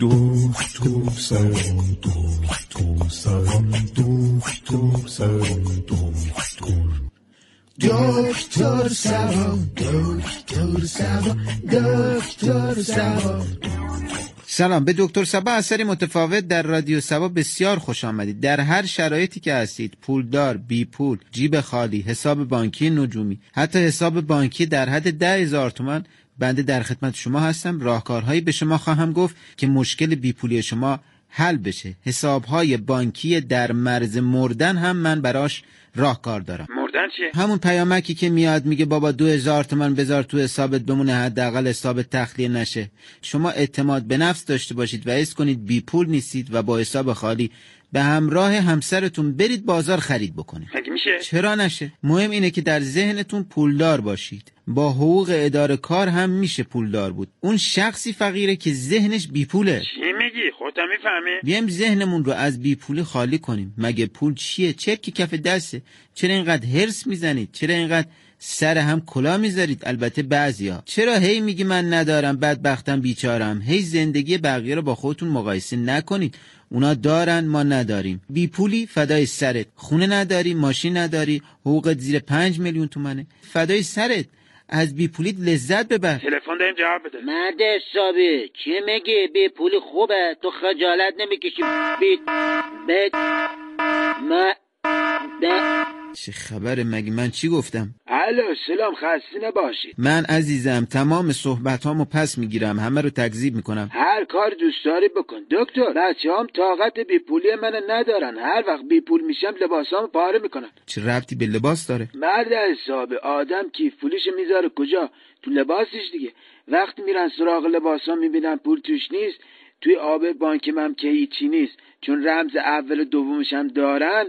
Doktor Sören, Doktor Sören, Doktor Sören, Doktor. Doktor Sören, Doktor Sören, Doktor Sören. سلام به دکتر سبا اثری متفاوت در رادیو سبا بسیار خوش آمدید در هر شرایطی که هستید پولدار بی پول جیب خالی حساب بانکی نجومی حتی حساب بانکی در حد ده هزار تومن بنده در خدمت شما هستم راهکارهایی به شما خواهم گفت که مشکل بیپولی شما حل بشه حسابهای بانکی در مرز مردن هم من براش راهکار دارم مردن چیه؟ همون پیامکی که میاد میگه بابا دو هزار تومن بذار تو حسابت بمونه حداقل حسابت تخلیه نشه شما اعتماد به نفس داشته باشید و حس کنید بی پول نیستید و با حساب خالی به همراه همسرتون برید بازار خرید بکنید مگه میشه؟ چرا نشه مهم اینه که در ذهنتون پولدار باشید با حقوق اداره کار هم میشه پولدار بود اون شخصی فقیره که ذهنش بی پوله چی میگی؟ خودم میفهمی؟ بیایم ذهنمون رو از بیپولی خالی کنیم مگه پول چیه چرکی کف دسته چرا اینقدر هرس میزنید چرا اینقدر سر هم کلا میذارید البته بعضیا چرا هی میگی من ندارم بدبختم بیچارم هی زندگی بقیه رو با خودتون مقایسه نکنید اونا دارن ما نداریم بی پولی فدای سرت خونه نداری ماشین نداری حقوقت زیر پنج میلیون تومنه فدای سرت از بیپولیت لذت ببر تلفن داریم جواب بده مرد حسابی چی میگی بی پولی خوبه تو خجالت نمیکشی بی بی ما ده. چه خبره مگه من چی گفتم الو سلام خسته نباشید من عزیزم تمام صحبت هامو پس میگیرم همه رو تکذیب میکنم هر کار دوست داری بکن دکتر بچه هم طاقت بی پولی منو ندارن هر وقت بی پول میشم لباسام پاره میکنن چه ربطی به لباس داره مرد حسابی آدم کیف پولیش میذاره کجا تو لباسش دیگه وقتی میرن سراغ لباسا میبینن پول توش نیست توی آب بانک من که هیچی نیست چون رمز اول و دومش هم دارن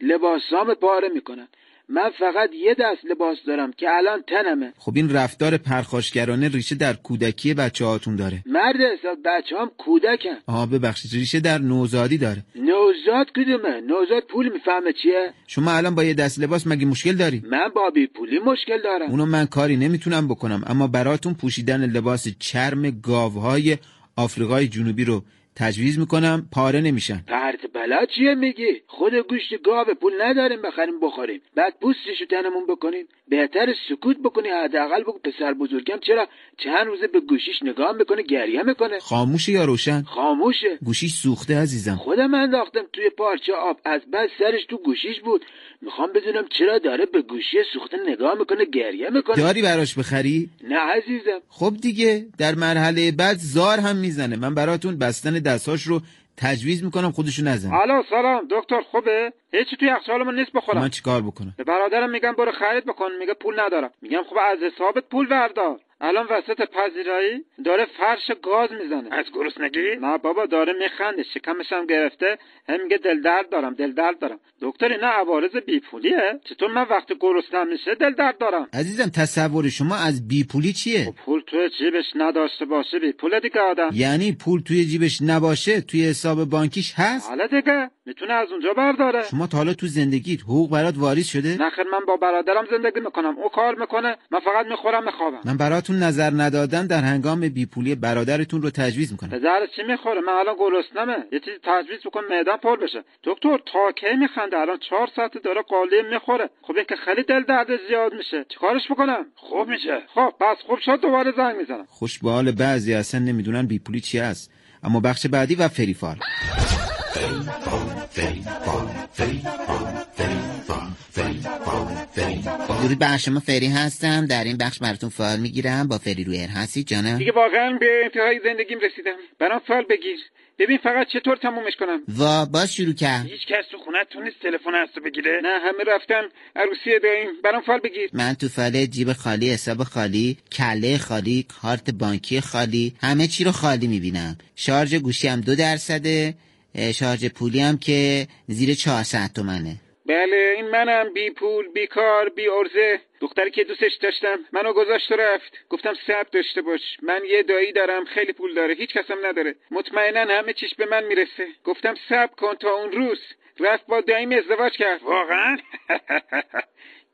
لباسام پاره میکنن من فقط یه دست لباس دارم که الان تنمه خب این رفتار پرخاشگرانه ریشه در کودکی بچه هاتون داره مرد حساب بچه هم کودکن آها ببخشید ریشه در نوزادی داره نوزاد کدومه نوزاد پول میفهمه چیه شما الان با یه دست لباس مگه مشکل داری من با بی پولی مشکل دارم اونو من کاری نمیتونم بکنم اما براتون پوشیدن لباس چرم گاوهای آفریقای جنوبی رو تجویز میکنم پاره نمیشن پرت بلا چیه میگی خود گوشت گاو پول نداریم بخریم بخوریم بعد پوستشو تنمون بکنیم بهتر سکوت بکنی حداقل بگو پسر بزرگم چرا چند روزه به گوشیش نگاه میکنه گریه میکنه خاموشه یا روشن خاموشه گوشیش سوخته عزیزم خودم انداختم توی پارچه آب از بس سرش تو گوشیش بود میخوام بدونم چرا داره به گوشی سوخته نگاه میکنه گریه میکنه داری براش بخری نه عزیزم خب دیگه در مرحله بعد زار هم میزنه من براتون بستن دستاش رو تجویز میکنم خودشو نزن الو سلام دکتر خوبه هیچی توی یخچالمون نیست بخورم من چیکار بکنم به برادرم میگم برو خرید بکن میگه پول ندارم میگم خب از حسابت پول بردار الان وسط پذیرایی داره فرش گاز میزنه از گرسنگی نه بابا داره میخنده شکمش هم گرفته هم میگه دل درد دارم دل درد دارم دکتر اینا عوارض بیپولیه چطور من وقتی گرسنه میشه دل درد دارم خب عزیزم تصور شما از بیپولی چیه پول تو جیبش نداشته باشه بی پول دیگه آدم یعنی پول توی جیبش نباشه توی حساب بانکیش هست حالا دیگه میتونه از اونجا برداره شما تا حالا تو زندگیت حقوق برات واریز شده نخیر من با برادرم زندگی میکنم او کار میکنه من فقط میخورم میخوابم من براتون نظر ندادن در هنگام بیپولی برادرتون رو تجویز میکنم پدر چی میخوره من الان گرسنمه یه چیزی تجویز بکن معدم پر بشه دکتر تا کی میخنده الان چهار ساعت داره قالی میخوره خب این که خیلی دل درد زیاد میشه چیکارش بکنم خوب میشه خب پس خوب شد دوباره زنگ میزنم خوش به حال بعضی اصلا نمیدونن بیپولی چی هست اما بخش بعدی و فریفال درود بر شما فری هستم در این بخش براتون فال میگیرم با فری روی هستی جانم دیگه واقعا به انتهای زندگیم رسیدم برام فال بگیر ببین فقط چطور تمومش کنم و باز شروع کرد هیچ کس تو خونه تونست تلفن هست بگیره نه همه رفتن عروسی داریم برام فال بگیر من تو فال جیب خالی حساب خالی کله خالی کارت بانکی خالی همه چی رو خالی میبینم شارژ گوشی هم دو درصده اه، شارژ پولی هم که زیر 400 تومنه بله این منم بی پول بی کار بی عرضه دختری که دوستش داشتم منو گذاشت و رفت گفتم صبر داشته باش من یه دایی دارم خیلی پول داره هیچ کسم نداره مطمئنا همه چیش به من میرسه گفتم صبر کن تا اون روز رفت با داییم ازدواج کرد واقعا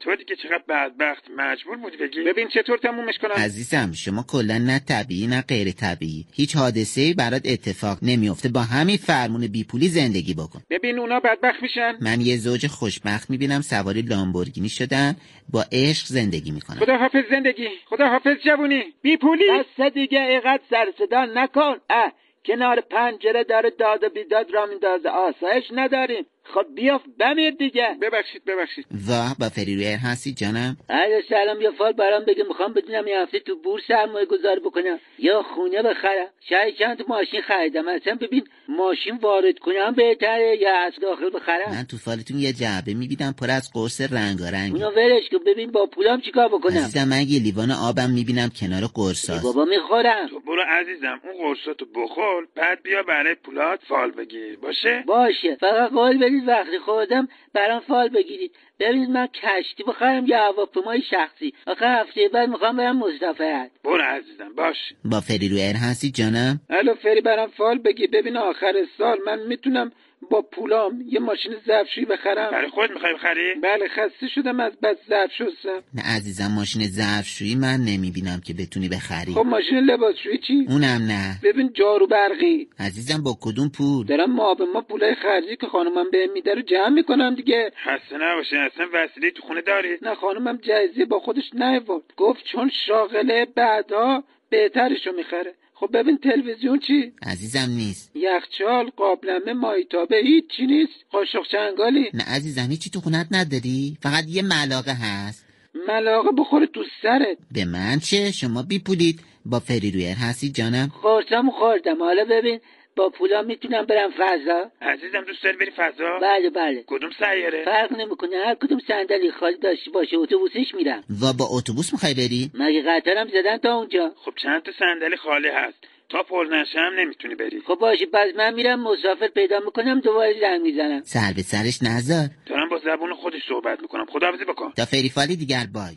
تو دیگه چقدر بدبخت مجبور بودی بگی ببین چطور تمومش کنم عزیزم شما کلا نه طبیعی نه غیر طبیعی هیچ حادثه ای برات اتفاق نمیفته با همین فرمون بیپولی زندگی بکن ببین اونا بدبخت میشن من یه زوج خوشبخت میبینم سواری لامبورگینی شدن با عشق زندگی میکنن خدا حافظ زندگی خدا حافظ جوونی بی پولی بسته دیگه اینقدر سرصدا نکن اه کنار پنجره داره داد و بیداد را میندازه آسایش نداریم خب بیاف بمیر دیگه ببخشید ببخشید واه با فریرویر هستی جانم اگه سلام یه فال برام بگه میخوام بدونم این هفته تو بورس سرمایه گذار بکنم یا خونه بخرم شاید چند تا ماشین خریدم اصلا ببین ماشین وارد کنم بهتره یا از داخل بخرم من تو فالتون یه جعبه میبینم پر از قرص رنگارنگ اونو ولش کن ببین با پولام چیکار بکنم عزیزم من یه لیوان آبم میبینم کنار قرصاست بابا میخورم تو برو عزیزم اون قرصاتو بخور بعد بیا برای پولات فال بگیر باشه باشه فقط قول بدید وقتی خوردم برام فال بگیرید ببینید من کشتی بخرم یا هواپیمای شخصی آخه هفته بعد میخوام برم مزدفعت برو عزیزم باش با فریرویر هستی جانم الو فری برام فال بگی ببین آخر سال من میتونم با پولام یه ماشین ظرفشویی بخرم برای خودت میخوای بخری بله خسته شدم از بس ظرف شستم نه عزیزم ماشین ظرفشویی من نمیبینم که بتونی بخری خب ماشین لباسشویی چی اونم نه ببین جارو برقی عزیزم با کدوم پول دارم ما به ما پولای خرجی که خانمم بهم میده رو جمع میکنم دیگه خسته نباشی اصلا وسیله تو خونه داری نه خانمم جایزه با خودش نیورد گفت چون شاغله بعدا بهترشو میخره خب ببین تلویزیون چی عزیزم نیست یخچال قابلمه مایتابه هیچی نیست قاشق چنگالی نه عزیزم هیچی تو خونت نداری فقط یه ملاقه هست ملاقه بخوره تو سرت به من چه شما بیپولید با فریرویر هستی جانم قرصامو خوردم حالا ببین با پولا میتونم برم فضا عزیزم دوست داری بری فضا بله بله کدوم سیاره فرق نمیکنه هر کدوم صندلی خالی داشته باشه اتوبوسش میرم و با اتوبوس میخوای بری مگه قطارم زدن تا اونجا خب چند تا صندلی خالی هست تا پر نشه هم نمیتونی بری خب باشه پس من میرم مسافر پیدا میکنم دوباره زنگ میزنم سر به سرش نذار دارم با زبون خودش صحبت میکنم خداحافظی بکن تا فریفالی دیگر بای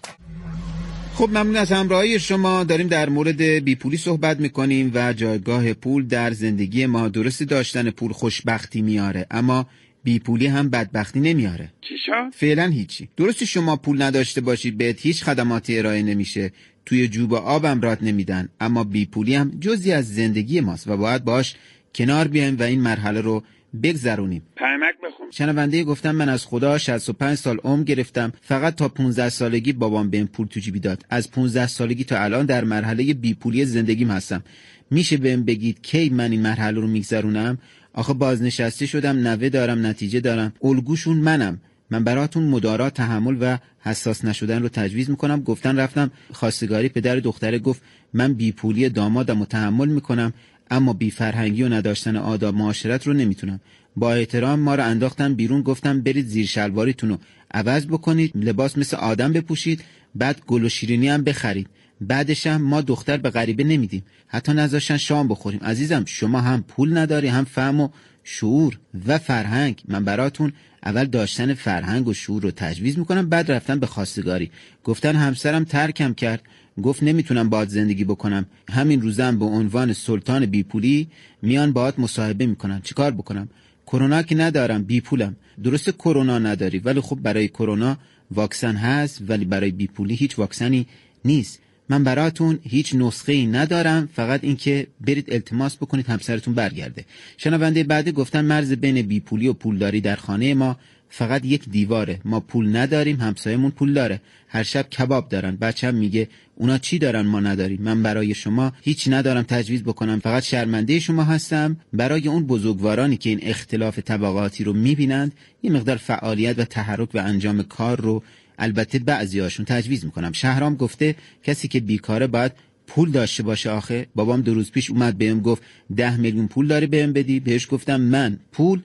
خب ممنون از همراهی شما داریم در مورد بیپولی صحبت میکنیم و جایگاه پول در زندگی ما درست داشتن پول خوشبختی میاره اما بیپولی هم بدبختی نمیاره چی شد فعلا هیچی درسته شما پول نداشته باشید بهت هیچ خدماتی ارائه نمیشه توی جوب آبم رات نمیدن اما بیپولی هم جزی از زندگی ماست و باید باش کنار بیایم و این مرحله رو بگذرونیم پرمک بخون شنونده گفتم من از خدا 65 سال عمر گرفتم فقط تا 15 سالگی بابام بهم پول تو جیبی داد از 15 سالگی تا الان در مرحله بیپولی زندگیم هستم میشه بهم بگید کی من این مرحله رو میگذرونم آخه بازنشسته شدم نوه دارم نتیجه دارم الگوشون منم من براتون مدارا تحمل و حساس نشدن رو تجویز میکنم گفتن رفتم خواستگاری پدر دختره گفت من بیپولی دامادم و تحمل میکنم اما بی فرهنگی و نداشتن آداب معاشرت رو نمیتونم با احترام ما رو انداختم بیرون گفتم برید زیر شلواریتون رو عوض بکنید لباس مثل آدم بپوشید بعد گل و شیرینی هم بخرید بعدش هم ما دختر به غریبه نمیدیم حتی نذاشتن شام بخوریم عزیزم شما هم پول نداری هم فهم و شعور و فرهنگ من براتون اول داشتن فرهنگ و شعور رو تجویز میکنم بعد رفتن به خواستگاری گفتن همسرم ترکم کرد گفت نمیتونم باهات زندگی بکنم همین روزم هم به عنوان سلطان بیپولی میان باهات مصاحبه میکنن چیکار بکنم کرونا که ندارم بیپولم درست کرونا نداری ولی خب برای کرونا واکسن هست ولی برای بیپولی هیچ واکسنی نیست من براتون هیچ نسخه ای ندارم فقط اینکه برید التماس بکنید همسرتون برگرده شنونده بعدی گفتن مرز بین بیپولی و پولداری در خانه ما فقط یک دیواره ما پول نداریم همسایمون پول داره هر شب کباب دارن بچم میگه اونا چی دارن ما نداریم من برای شما هیچ ندارم تجویز بکنم فقط شرمنده شما هستم برای اون بزرگوارانی که این اختلاف طبقاتی رو میبینند یه مقدار فعالیت و تحرک و انجام کار رو البته بعضی هاشون تجویز میکنم شهرام گفته کسی که بیکاره باید پول داشته باشه آخه بابام دو روز پیش اومد بهم گفت ده میلیون پول داره بهم بدی بهش گفتم من پول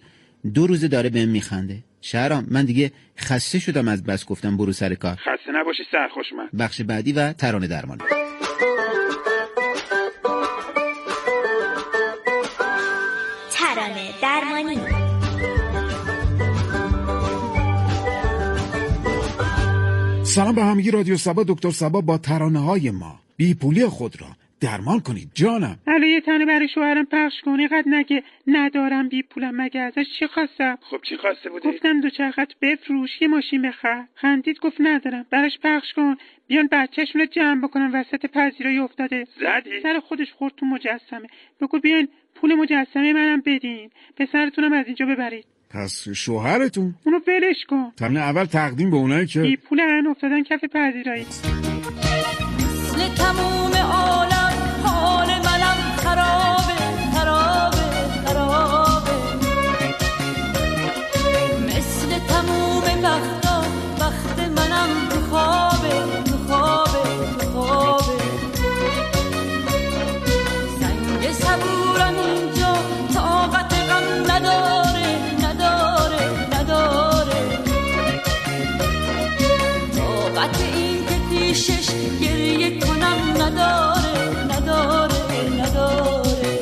دو روزه داره بهم میخنده شهرام من دیگه خسته شدم از بس گفتم برو سر کار خسته نباشی سرخوش من بخش بعدی و ترانه درمان ترانه درمانی سلام به همگی رادیو سبا دکتر سبا با ترانه های ما بیپولی خود را درمان کنید جانم حالا یه تنه برای شوهرم پخش کنی قد نگه ندارم بی پولم مگه ازش چی خواستم خب چی خواسته بوده گفتم دوچرخت بفروش یه ماشین بخر خندید گفت ندارم براش پخش کن بیان بچهشون رو جمع بکنم وسط پذیرایی افتاده زدی سر خودش خورد تو مجسمه بگو بیان پول مجسمه منم بدین پسرتونم از اینجا ببرید پس شوهرتون اونو ولش کن تمنه اول تقدیم به اونایی که بی پول هن افتادن کف پذیرایی مثل تموم عالم حال منم خرابه خرابه خرابه مثل تموم وقتا وقت منم تو خوابه تو خوابه تو خوابه سنگ صبورم اینجا طاقت غم نداره نداره نداره طاقت این که پیشش گریه کنم نداره نداره نداره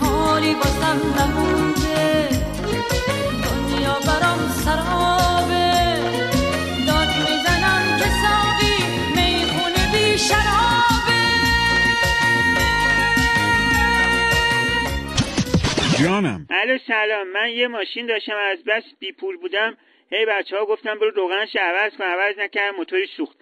حالی بازم نمونده دنیا برام سرابه داد میزنم که ساقی میخونه بی شرابه جانم الو سلام من یه ماشین داشتم از بس بی پول بودم هی بچه ها گفتم برو روغنش عوض کن عوض نکردم موتوری سوخت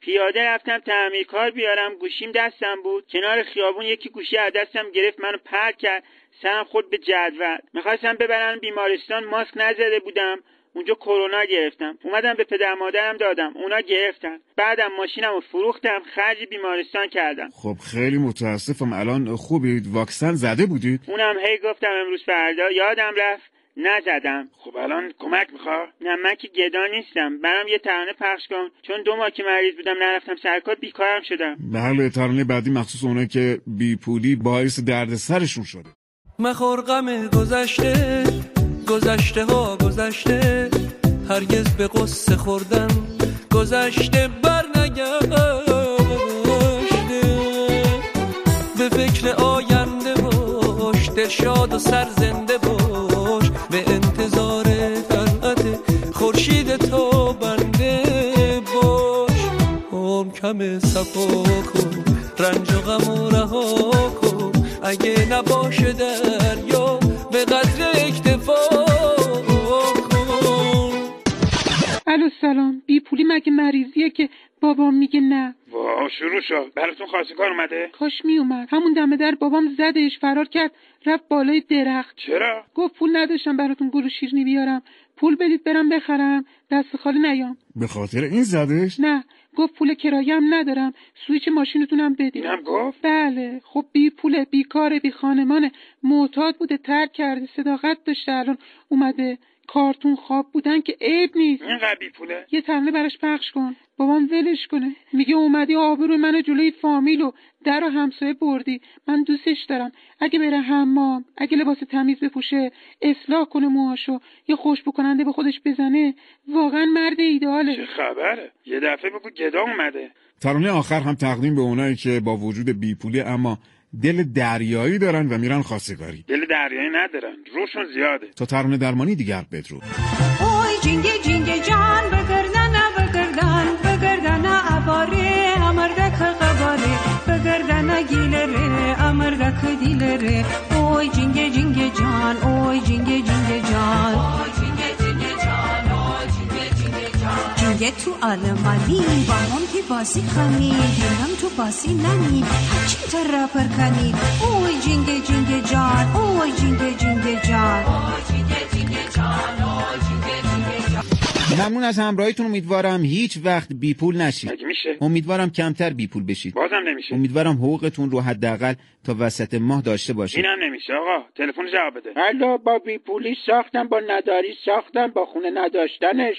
پیاده رفتم تعمیرکار بیارم گوشیم دستم بود کنار خیابون یکی گوشی از دستم گرفت منو پرد کرد سرم خود به جدول میخواستم ببرن بیمارستان ماسک نزده بودم اونجا کرونا گرفتم اومدم به پدر مادرم دادم اونا گرفتن بعدم ماشینم رو فروختم خرج بیمارستان کردم خب خیلی متاسفم الان خوبید واکسن زده بودید اونم هی گفتم امروز فردا یادم رفت نزدم خب الان کمک میخواه نه من که گدا نیستم برام یه ترانه پخش کن چون دو ماه که مریض بودم نرفتم سرکار بیکارم شدم به هر ترانه بعدی مخصوص اونایی که بیپولی باعث درد سرشون شده مخور غم گذشته گذشته ها گذشته هرگز به قصه خوردن گذشته بر نگشته به فکر آینده باش دلشاد و سرزنده باش به انتظار طلعت خورشید تو بنده باش عمر کم صفا کن رنج و غم و رها کن اگه نباشه دریا به قدر اکتفا کن الو سلام بی پولی مگه مریضیه که بابام میگه نه وا شروع شد براتون خواستگار اومده کاش میومد همون دم در بابام زدش فرار کرد رفت بالای درخت چرا گفت پول نداشتم براتون گلو شیرینی بیارم پول بدید برم بخرم دست خالی نیام به خاطر این زدش نه گفت پول کرایه هم ندارم سویچ ماشینتونم بدید اینم گفت بله خب بی پول بیکاره بی خانمانه معتاد بوده ترک کرده صداقت داشته الان اومده کارتون خواب بودن که عیب نیست اینقدر بی پوله یه ترانه براش پخش کن بابام ولش کنه میگه اومدی آبروی منو جلوی فامیل و در و همسایه بردی من دوستش دارم اگه بره حمام اگه لباس تمیز بپوشه اصلاح کنه موهاشو یه خوش بکننده به خودش بزنه واقعا مرد ایداله چه خبره یه دفعه بگو گدا اومده ترانه آخر هم تقدیم به اونایی که با وجود بیپولی اما دل دریایی دارن و میرن خواستگاری دل دریایی ندارن روشون زیاده تا ترانه درمانی دیگر بدرود اوی جینگه جینگه جان بگردن بگردن بگردن آباره امردک قباره بگردن گیلره امردک دیلره اوی جینگه جینگه جان اوی جینگه جینگه جان اوی جینگه جینگه جان اوی جینگه جینگه جان جینگه تو آلمانی با هم که بازی کنی هم تو بازی نمی هرچی تا راپر کنی اوی جینگه جینگه جان اوی جینگه جینگه جان اوی جینگه جینگه جان اوی جینگه جینگه جان ممنون از همراهیتون امیدوارم هیچ وقت بیپول نشید مگه میشه امیدوارم کمتر بیپول بشید بازم نمیشه امیدوارم حقوقتون رو حداقل تا وسط ماه داشته باشید اینم نمیشه آقا تلفن جواب بده حالا با بیپولی ساختم با نداری ساختم با خونه نداشتنش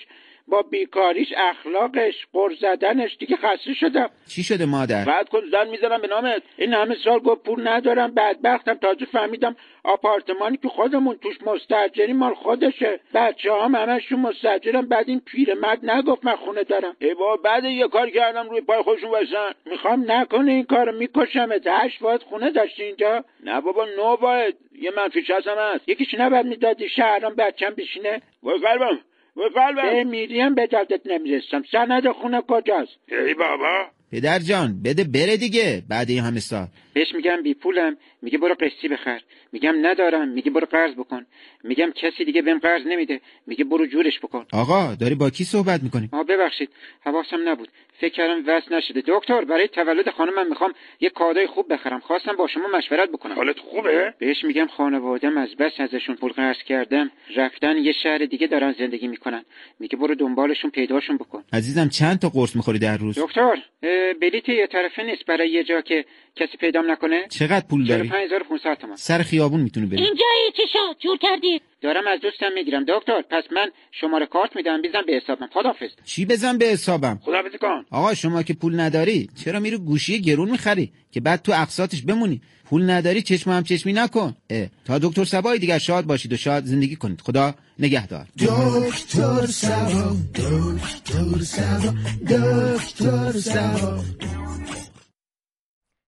با بیکاریش اخلاقش قر زدنش دیگه خسته شدم چی شده مادر بعد کن زن میزنم به نامت این همه سال گفت پول ندارم بدبختم تازه فهمیدم آپارتمانی که خودمون توش مستجری مال خودشه بچه هم همشون مستجرم بعد این پیرمرد نگفت من خونه دارم ای بابا بعد یه کار کردم روی پای خودشون بزن میخوام نکنه این کارو میکشمت هشت باید خونه داشتی اینجا نه بابا نو باید یه منفی شست هم هست یکیش نباید میدادی شهرم بچم بشینه وای قلبم وای قلبم به میریم به دردت نمیرسم سند خونه کجاست ای بابا پدر جان بده بره دیگه بعد این همه سال بهش میگم بی پولم میگه برو قسطی بخر میگم ندارم میگه برو قرض بکن میگم کسی دیگه بهم قرض نمیده میگه برو جورش بکن آقا داری با کی صحبت میکنی آ ببخشید حواسم نبود فکر کردم وصل نشده دکتر برای تولد خانمم میخوام یه کادوی خوب بخرم خواستم با شما مشورت بکنم حالت خوبه بهش میگم خانوادم از بس ازشون پول قرض کردم رفتن یه شهر دیگه دارن زندگی میکنن میگه برو دنبالشون پیداشون بکن عزیزم چند تا قرص میخوری در روز دکتر اه، بلیت یه طرفه نیست برای یه جا که کسی پیدام نکنه چقدر پول داری 45500 تومان سر خیابون میتونی بری اینجا چشا جور کردید دارم از دوستم میگیرم دکتر پس من شماره کارت میدم بیزن به حسابم خدافظ چی بزن به حسابم خدا کن آقا شما که پول نداری چرا میری گوشی گرون میخری که بعد تو اقساطش بمونی پول نداری چشم هم چشمی نکن اه. تا دکتر سبایی دیگر شاد باشید و شاد زندگی کنید خدا نگهدار Doktor Sabo, Doktor Sabo, Doktor Sabo.